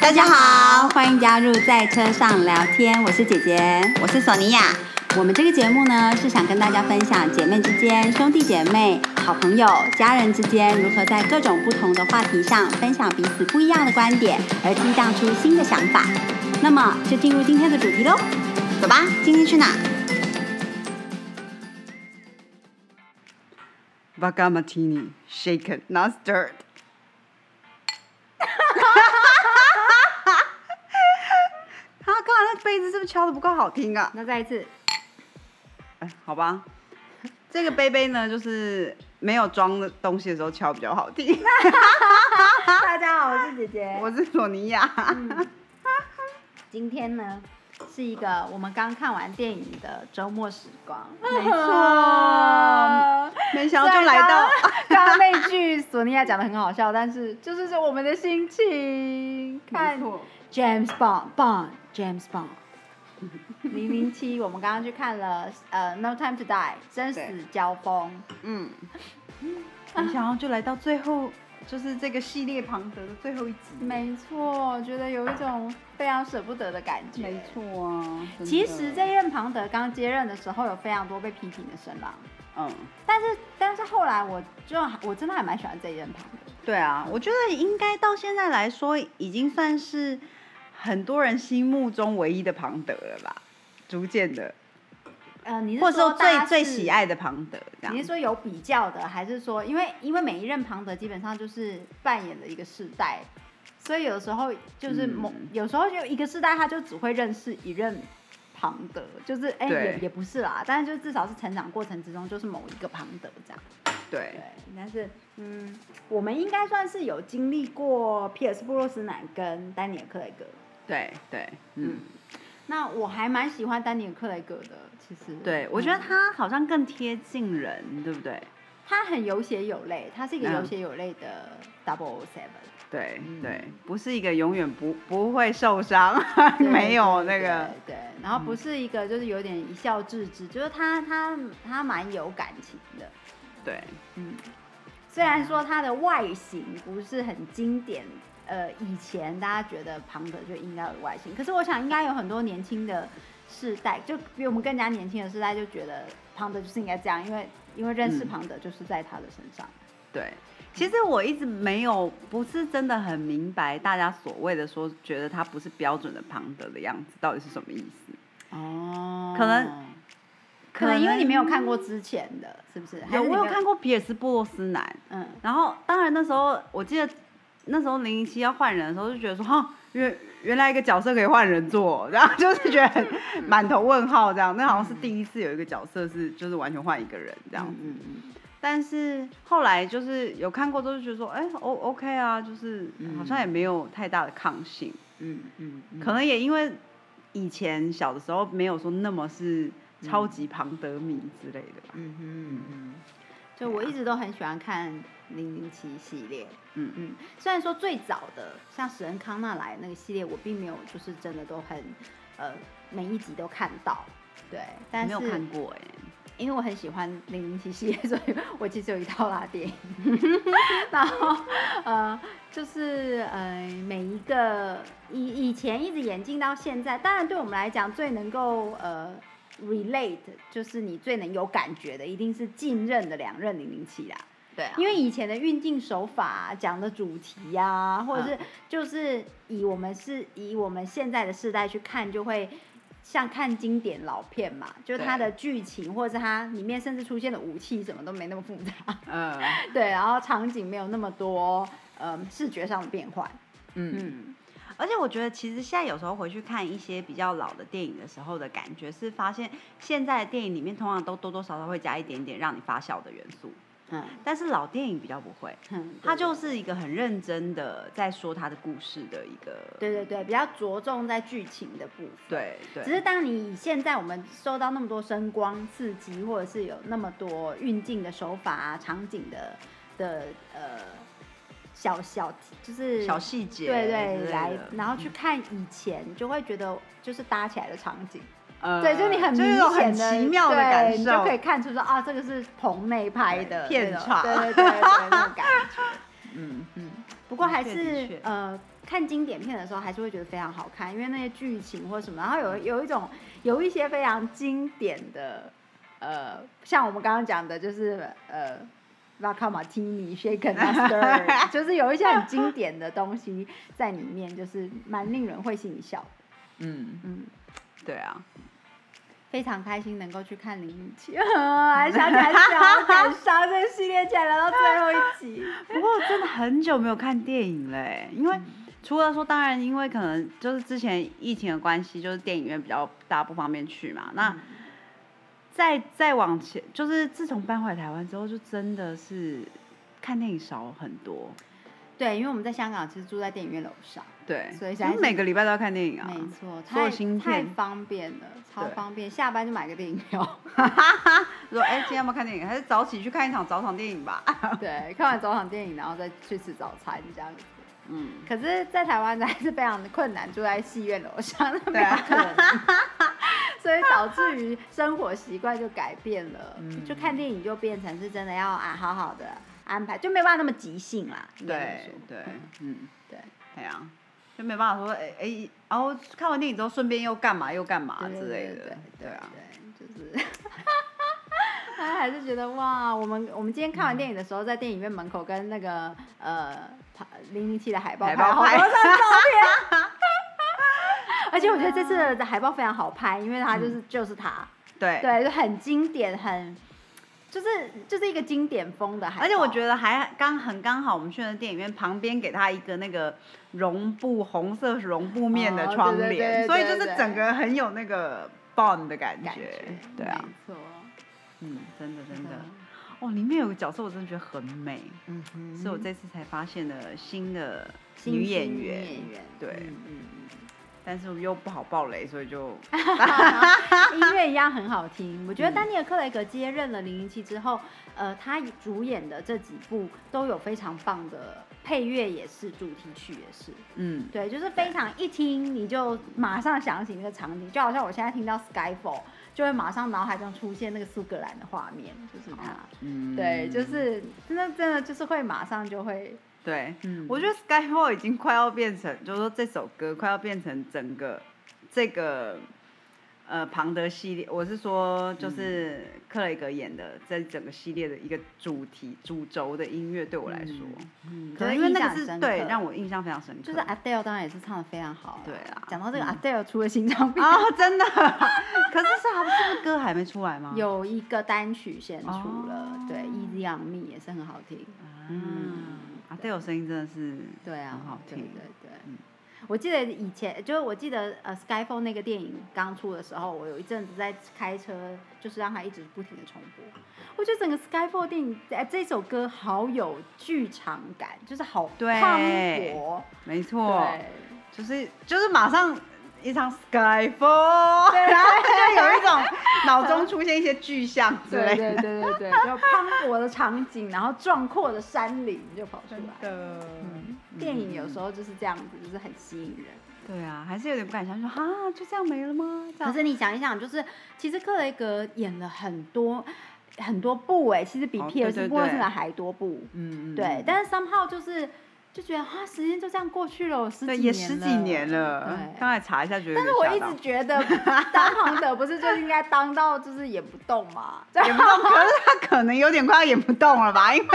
大家好，欢迎加入在车上聊天，我是姐姐。我是索尼娅。我们这个节目呢，是想跟大家分享姐妹之间、兄弟姐妹、好朋友、家人之间如何在各种不同的话题上分享彼此不一样的观点，而激荡出新的想法。那么就进入今天的主题喽。走吧，今天去哪？ Vodka Martini Shaken Not Stirred。他刚才那杯子是不是敲的不够好听啊？那再一次，哎，好吧，这个杯杯呢，就是没有装的东西的时候敲比较好听。 大家好，我是姐姐我是索尼娅，嗯，今天呢是一个我们刚看完电影的周末时 光，没错没想到就来到， 刚刚那句索尼娅讲的很好笑，但是就是是我们的心情。看没错 James Bond Bond James Bond 零零七，我们刚刚去看了呃 No Time to Die 生死对交锋，嗯，没想到就来到最后，就是这个系列庞德的最后一集。没错，觉得有一种非常舍不得的感觉。没错啊，真的其实这一任庞德刚接任的时候，有非常多被批评的声浪，嗯。但是但是后来我就我真的还蛮喜欢这一任庞德。对啊，我觉得应该到现在来说，已经算是很多人心目中唯一的庞德了吧，逐渐的，呃，你是或者说大家最最是喜爱的庞德这你是样。说有比较的，还是说因为因为每一任庞德基本上就是扮演了一个世代，所以有时候就是某、嗯有时候就一个世代他就只会认识一任庞德，就是哎、对也也不是啦，但是就至少是成长过程之中就是某一个庞德这样。对对，，但是嗯，我们应该算是有经历过皮尔斯布鲁斯南跟丹尼尔克雷格。对，对，嗯，那我还蛮喜欢丹尼尔克雷格的，其实对，我觉嗯得他好像更贴近人，对不对？他很有血有泪，他是一个嗯有血有泪的 Double Seven，对嗯对，不是一个永远不不会受伤， 没有那个，嗯对，对然后不是一个就是有点一笑置之，就是他他他蛮有感情的，对，嗯，虽然说他的外形不是很经典，呃，以前大家觉得庞德就应该有外形，可是我想应该有很多年轻的世代，就比我们更加年轻的世代就觉得庞德就是应该这样，因为因为认识嗯庞德就是在他的身上，对，其实我一直没有，不是真的很明白大家所谓的说觉得他不是标准的庞德的样子，到底是什么意思？哦可能可能因为你没有看过之前的，是不是？还有，是你我有没看，过皮尔斯布洛斯南，嗯，然后当然那时候我记得那时候零零七要换人的时候就觉得说，哈，原原来一个角色可以换人做，然后就是觉得嗯很 满头问号这样。那好像是第一次有一个角色是就是完全换一个人这这样，嗯嗯但是后来就是有看过之后就觉得说，哎，O OK 啊，就是好像也没有太大的抗性，嗯嗯嗯，可能也因为以前小的时候没有说那么是超级庞德迷之类的吧，嗯嗯啊嗯，就我一直都很喜欢看零零七系列，嗯嗯，虽然说最早的像史恩康纳莱那个系列，我并没有就是真的都很呃每一集都看到，对，但没有看是过哎、因为我很喜欢零零七系列， 所以我其实有一套拉电影， 然后呃就是呃每一个以以前一直演进到现在，当然对我们来讲最能够呃。relate 就是你最能有感觉的，一定是近任的两任零零七啦。对啊因为以前的运镜手法啊、讲的主题呀、或者是就是以我们是以我们现在的世代去看，就会像看经典老片嘛，就是它对的剧情或者是它里面甚至出现的武器什么都没那么复杂， 嗯对，然后场景没有那么多呃视觉上的变换，嗯。嗯而且我觉得，其实现在有时候回去看一些比较老的电影的时候的感觉，是发现现在的电影里面通常都多多少少会加一点点让你发笑的元素，嗯但是老电影比较不会，嗯，它就是一个很认真的在说他的故事的一个，对对对，比较着重在剧情的部分。对对，只是当你现在我们受到那么多声光刺激，或者是有那么多运镜的手法啊、场景的的呃小小就是小细节，对对来，然后后去看以前，就会觉得就是搭起来的场景，呃对，就你很就是明那种显很的奇妙的对感受你就，可以看出说啊，这个是棚内拍的片那种场对对对对，那种感觉。 嗯嗯。不不过还的确的确是呃，看经典片的时候还是会觉得非常好看，因为那些剧情或什么，然后有有一种有一些非常经典的，呃，像我们刚刚讲的，就是呃。Vodka Martini、Shaken Master，就是有一些很经典的东西在里面，就是蛮令人会心一笑的。嗯，嗯，对啊，非常开心能够去看零零七， 还想起来笑，好感伤。这个系列竟然聊到最后一集，不过真的很久没有看电影了欸，因嗯为除了说，当然因为可能就是之前疫情的关系，就是电影院比较大家不方便去嘛。嗯那再再往前，就是自从搬回台湾之后，就真的是看电影少很多。 对，因为我们在香港其实住在电影院楼上，对，所以就现在是每个礼拜都要看电影啊。没错，所有太新太片方便了，超对方便，下班就买个电影 票，说哎、今天要不要看电影？还是早起去看一场早场电影 吧。对，看完早场电影然后再去吃早餐这样子。嗯，可是，在台湾还是非常的困难，住在戏院楼上，那没对有 啊可能，所以导致于生活习惯就改变了，嗯就看电影就变成是真的要啊好好的安排，就没有办法那么即兴啦。应该这么对说对嗯，嗯，对对啊，就没办法说哎哎、然后看完电影之后顺便又干嘛又干嘛对对之类对的，对对啊。对，就是。 他还是觉得哇，我们我们今天看完电影的时候，在电影院门口跟那个呃零零七的海报海拍了报好拍多张照片，而且我觉得这次的海报非常好拍，因为它嗯就是、就是它， 对对，就很经典，很就是就是一个经典风的海报，而且我觉得得还刚很刚好，我们去的电影院旁边给他一个那个绒布红色绒布面的哦窗对对帘，对对所以就是对整个很有那个 bond 的感觉。感觉对啊，没错，嗯，真的真的嗯。哦，里面有个角色我真的觉得很美，嗯哼所以我这次才发现了新的新女兴演女员，演员对嗯 嗯 嗯。但是又不好爆雷，所以 就音乐一样很好听。我嗯觉得丹尼尔·克雷格接任了《零零七》之后，呃，他主演的这几部都有非常棒的配乐，也是主题曲也是，嗯，对，就是非常一听你就马上想起那个场景，就好像我现在听到《Skyfall》，就会马上脑海中出现那个苏格兰的画面，就是他。嗯对，就是真的，真的就是会马上就会，对。嗯我觉得 Skyfall 已经快要变成，就是说这首歌快要变成整个这个呃庞德系列，我是说就是克雷格演的这整个系列的一个主题主轴的音乐，对我来说，嗯可能因为那个印象是深刻对让我印象非常深刻，就是 Adele 当然也是唱的非常好啦。对啊讲到这个 Adele 出了心脏病，啊、真的， 可是是好是不是歌还没出来吗？，有一个单曲先出了，嗯哦对，Easy on Me 也是很好听，嗯，啊，对我声音真的是，对啊，很好听对对对。嗯我记得以前，就是我记得呃，《Skyfall》那个电影刚出的时候，我有一阵子在开车，就是让它一直不停的重播。我觉得整个《Skyfall》电影，哎、这首歌好有剧场感，就是好对磅礴，没错，对，就是就是马上一场 Skyfall，对，然后就有一种脑中出现一些具象之对类的。对对对对，就磅礴的场景，然后壮阔的山林就跑出来。的，嗯，电影有时候就是这样子，就是很吸引人。对啊，还是有点不敢相信，说哈，就这样没了吗？这可样是你想一想，就是其实克雷格演了很多很多部哎、其实比哦皮尔斯对对布鲁斯对的还多部。嗯，嗯对嗯，但是 somehow 就是就觉得啊，时间就这样过去了，我十几对年也十几年了，对。刚才查一下觉得有但是点我吓一到，直觉得当庞德不是就应该当到就是演不动嘛？ 这样演不动，可是他可能有点快要演不动了 吧？因为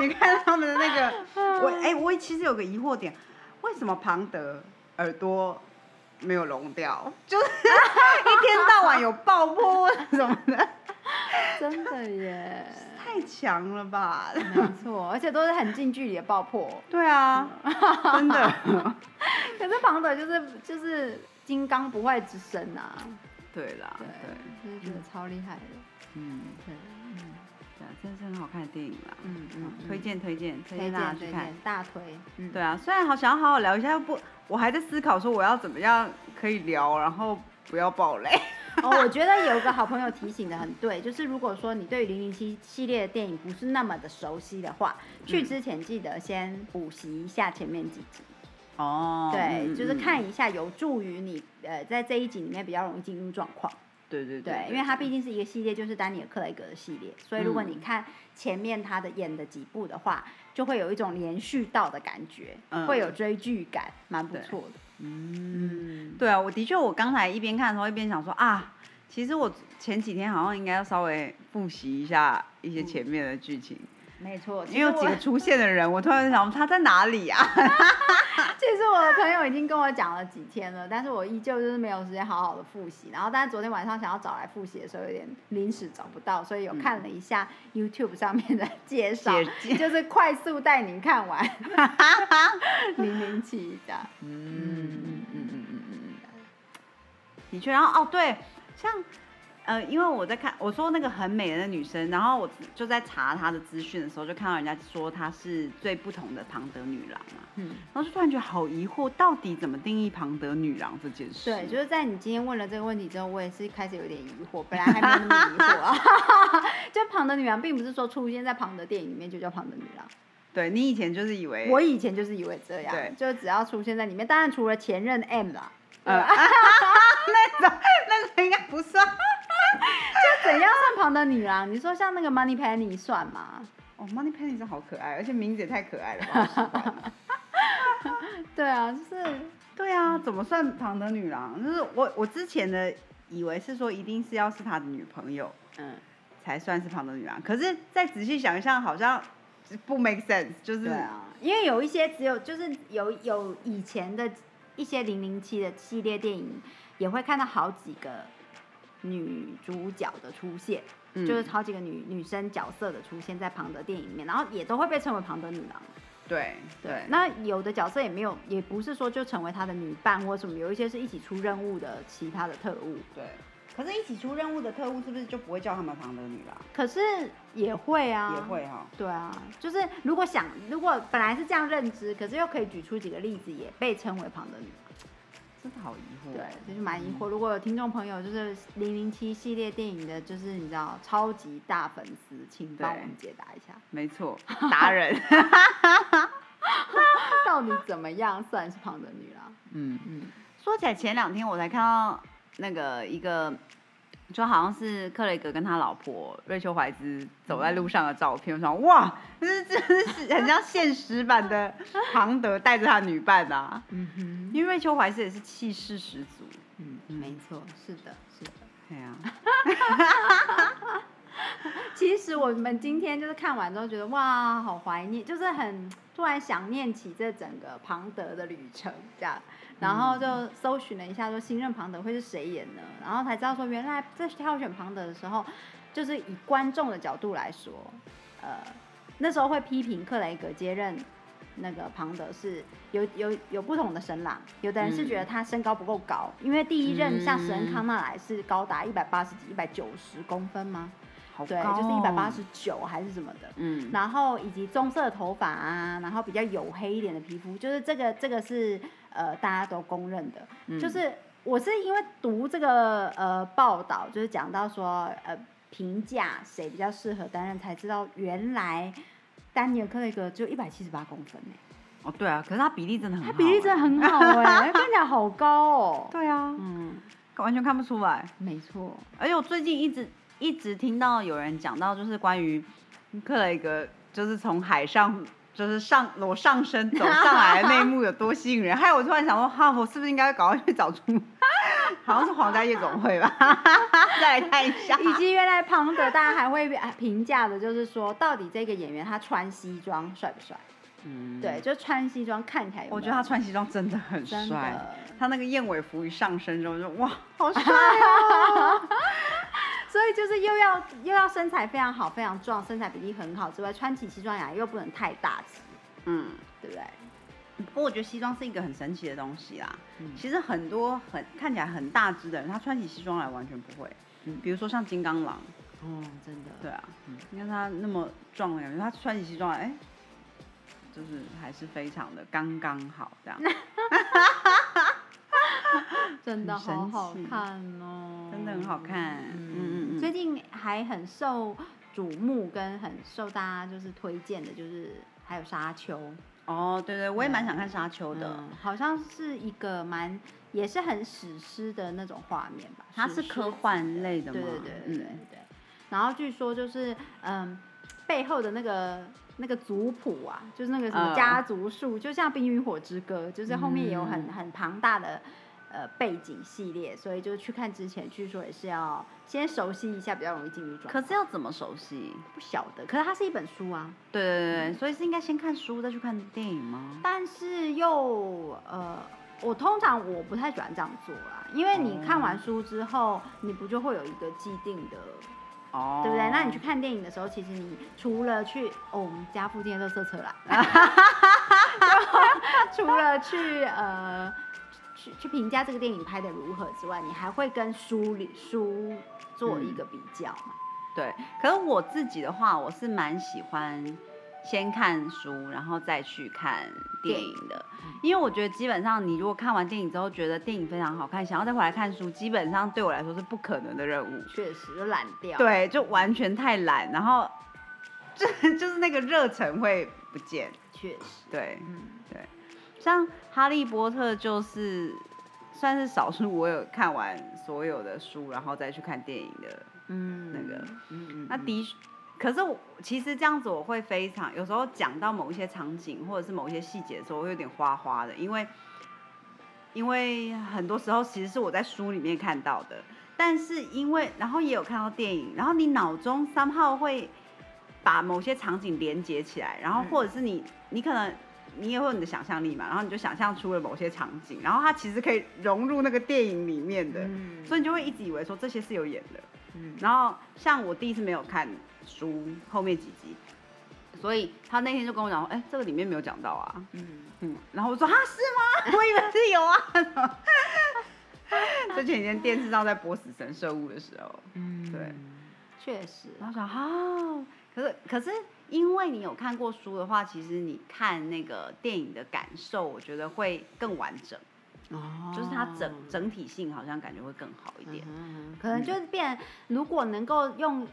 你看他们的那个， 我哎、我其实有个疑惑点，为什么庞德耳朵没有聋掉？就是一天到晚有爆破什么的， 真的耶，太强了吧？没错，而且都是很近距离的爆破。 对啊，真的，可是庞德就是就是金刚不坏之身啊， 对啦，对，对，就是觉得超厉害的，嗯，对。对啊，真的是很好看的电影啦，嗯嗯嗯推荐推荐推推荐大荐家推去看荐。大推，嗯，对啊，虽然好想要好好聊一下，又不，我还在思考说我要怎么样可以聊，然后不要爆雷。哦，我觉得有一个好朋友提醒的很对，就是如果说你对零零七系列的电影不是那么的熟悉的话，嗯去之前记得先补习一下前面几集，哦嗯嗯对，就是看一下，有助于你呃在这一集里面比较容易进入状况。对对嗯对，因为它毕竟是一个系列，就是丹尼尔·克雷格的系列，所以如果你看前面他的演的几部的话，就会有一种连续到的感觉，嗯会有追剧感，蛮不对错的。嗯，对啊，我的确，我刚才一边看的时候一边想说啊，其实我前几天好像应该要稍微复习一下一些前面的剧情，没错，其因为实有几我个出现的人，我突然想他在哪里啊？其实我的朋友已经跟我讲了几天了，但是我依旧就是没有时间好好的复习。然后，但是昨天晚上想要找来复习的时候，有点临时找不到，所以有看了一下 YouTube 上面的嗯介绍，解就是快速带你看 完零零七这样。嗯嗯嗯嗯嗯嗯，的确，然后哦对，像呃，因为我在看我说那个很美的那女生，然后我就在查她的资讯的时候，就看到人家说她是最不同的庞德女郎嘛，嗯，然后就突然觉得好疑惑，到底怎么定义庞德女郎这件事？对，就是在你今天问了这个问题之后，我也是开始有点疑惑，本来还没有那么疑惑啊。 就庞德女郎，并不是说出现在庞德电影里面就叫庞德女郎。对你以前就是以为我以前就是以为这样对，就只要出现在里面，当然除了前任 M 啦，呃， 那种那个应该不算。就怎样算旁的女郎？你说像那个 Money Penny 算吗？哦，Money Penny 是好可爱，而且名字也太可爱了吧我喜欢！对啊，就是对嗯啊，怎么算庞德女郎？就是我我之前的以为是说一定是要是他的女朋友嗯，才算是庞德女郎，可是再仔细想一想，好像不 make sense，就是对啊，因为有一些只有就是有有以前的一些零零七的系列电影，也会看到好几个女主角的出现，嗯就是好几个女女生角色的出现在庞德电影里面，然后也都会被称为庞德女郎。对对那有的角色也没有，也不是说就成为他的女伴或什么，有一些是一起出任务的其他的特务，对。可是，一起出任务的特务是不是就不会叫他们庞德女郎？可是也会啊，也会哈、对啊，就是如果想，如果本来是这样认知，可是又可以举出几个例子，也被称为旁的女。真的好疑惑。对，就是蛮疑惑。如果有听众朋友就是零零七系列电影的，就是你知道超级大粉丝，请帮我对们解答一下，没错，达人。到底怎么样算是旁的女啦？嗯。嗯，说起来，前两天我才看到那个一个，就好像是克雷格跟他老婆瑞秋怀兹走在路上的照片，我想哇，这是这是很像现实版的庞德带着他女伴啊，嗯哼，因为瑞秋怀兹也是气势十足，嗯，没错，是的，是的。对啊， 其实我们今天就是看完之后觉得哇，好怀念，就是很突然想念起这整个庞德的旅程这样，然后就搜寻了一下说新任庞德会是谁演呢？然后才知道说原来在挑选庞德的时候，就是以观众的角度来说，呃，那时候会批评克雷格接任。那个庞德是有有有不同的声浪，有的人是觉得他身高不够高，因为第一任像史恩康纳莱是高达一百八十几、一百九十公分吗？好高、对，哦，就是一百八，十九还是什么的。嗯，然后以及棕色的头发啊，然后比较黝黑一点的皮肤，就是这个这个是呃大家都公认的。嗯就是我是因为读这个呃报道，就是讲到说呃评价谁比较适合担任，才知道原来丹尼尔克雷格只有一百七十八公分呢、欸哦对啊，可是他比例真的很好、欸他比例真的很 好哎、看起来好高哦。对啊，嗯，完全看不出来。没错。而且我最近一直一直听到有人讲到，就是关于克雷格，就是从海上就是上裸上身走上来的那一幕有多吸引人，害我突然想说，哈，我是不是应该赶快去找出， 好像是皇家夜总会 吧，再来看一下。以及原来庞德，大家还会啊评价的，就是说到底这个演员他穿西装帅不帅？嗯，对，，就穿西装看起来有没有我觉得他穿西装真的很真帅，的他那个燕尾服一上身之后就哇，好帅。哦 所以就是又要又要身材非常好、非常壮，身材比例很好之外，穿起西装来又不能太大只，嗯，对不对？不过我觉得西装是一个很神奇的东西啦。嗯其实很多很看起来很大只的人，他穿起西装来完全不会。嗯比如说像金刚狼，哦，真的。对啊，嗯你看他那么壮的感觉，他穿起西装来，哎、就是还是非常的刚刚好这样，真的好很神好奇看哦，真的很好看。嗯嗯嗯，最近还很受瞩目跟很受大家就是推荐的，就是还有《沙丘》哦，对对，我也蛮想看沙丘的。嗯，好像是一个蛮也是很史诗的那种画面吧。它史是诗科幻类的对吗？对对对对嗯对。然后据说就是嗯，背后的那个那个族谱啊，就是那个什么嗯家族树，就像《冰与火之歌》，就是后面也有很嗯很庞大的。呃，背景系列，所以就是去看之前，据说也是要先熟悉一下，比较容易进入状可况。是要怎么熟悉？不晓得，可是它是一本书啊，对对对对，所以是应该先看书再去看电影吗？但是又呃，我通常我不太喜欢这样做啦，因为你看完书之后，你不就会有一个既定的，哦，对不对？那你去看电影的时候，其实你除了去哦，我们家附近的垃圾 车啦，就除了去呃。去去评价这个电影拍的如何之外，你还会跟书里书做一个比较嘛？对，可是我自己的话，我是蛮喜欢先看书，然后再去看电影的，因为我觉得基本上你如果看完电影之后觉得电影非常好看，想要再回来看书，基本上对我来说是不可能的任务。确实就懒掉，，嗯对，就完全太懒，然后就 就是那个热忱会不见。确实，对，嗯，像《哈利波特》就是算是少数我有看完所有的书，然后再去看电影的嗯那个，嗯嗯，那的确，可是我其实这样子我会非常，有时候讲到某一些场景或者是某一些细节的时候，我会有点花花的，因为因为很多时候其实是我在书里面看到的，但是因为然后也有看到电影，然后你脑中三号会把某些场景连接起来，然后或者是你你可能。你也会有你的想象力嘛，然后你就想象出了某些场景，然后它其实可以融入那个电影里面的，嗯所以你就会一直以为说这些是有演的，嗯然后像我弟是没有看书后面几集，所以他那天就跟我讲说，哎、这个里面没有讲到啊，嗯。嗯，然后我说啊是吗？ 我以为是有啊。 就前几天电视上在播《死神圣物》的时候，嗯对，确实然后想哦，可是可是因为你有看过书的话，其实你看那个电影的感受，我觉得会更完整，哦就是它整整体性好像感觉会更好一点。可嗯能就是变，如果能够用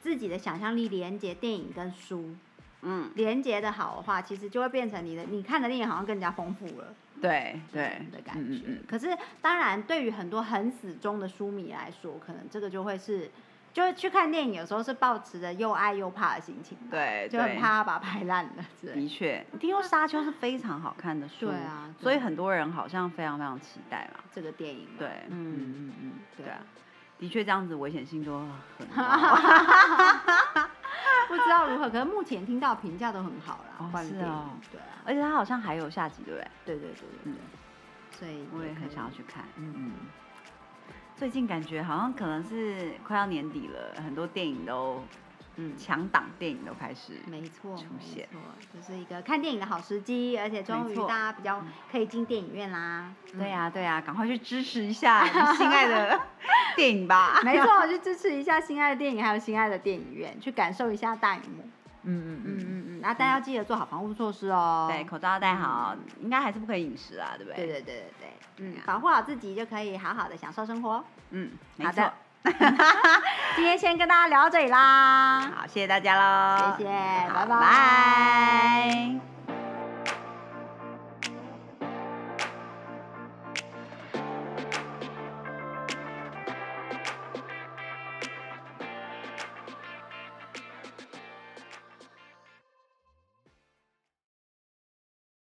自己的想象力连接电影跟书，嗯，连接的好的话，其实就会变成你的你看的电影好像更加丰富了对对的感嗯觉。嗯嗯可是当然，对于很多很死忠的书迷来说，可能这个就会是。就是去看电影，有时候是抱持着又爱又怕的心情吧，对就很对怕它把它拍烂了之类的。的确，听说《沙丘》是非常好看的书，对啊对所以很多人好像非常非常期待嘛。这个电影嘛，对，嗯，嗯嗯，对对啊，的确这样子危险性就 很高。不知道如何，可是目前听到评价都很好啦。哦关于是电影哦对啊，而且它好像还有下集，对不对？对对对对对，嗯所以我也可很以想要去看。嗯嗯，最近感觉好像可能是快要年底了，很多电影都嗯。强档电影都开始。没嗯错，出没现错，就是一个看电影的好时机，而且终没于错大家比较可以进电影院啦。嗯对呀、对呀、赶快去支持一下你心爱 的电影吧。嗯，没错，去 支持一下心爱的电影，还有心爱的电影院，去感受一下大荧幕。嗯嗯嗯嗯。嗯嗯，那大家要记得做好防护措施哦。对，口罩要戴好，应该还是不可以饮食啊，对不对？对对对对对，嗯，保护好自己就可以好好的享受生活。嗯，没好错的。今天先跟大家聊到这里啦。好，谢谢大家喽，谢谢拜好拜拜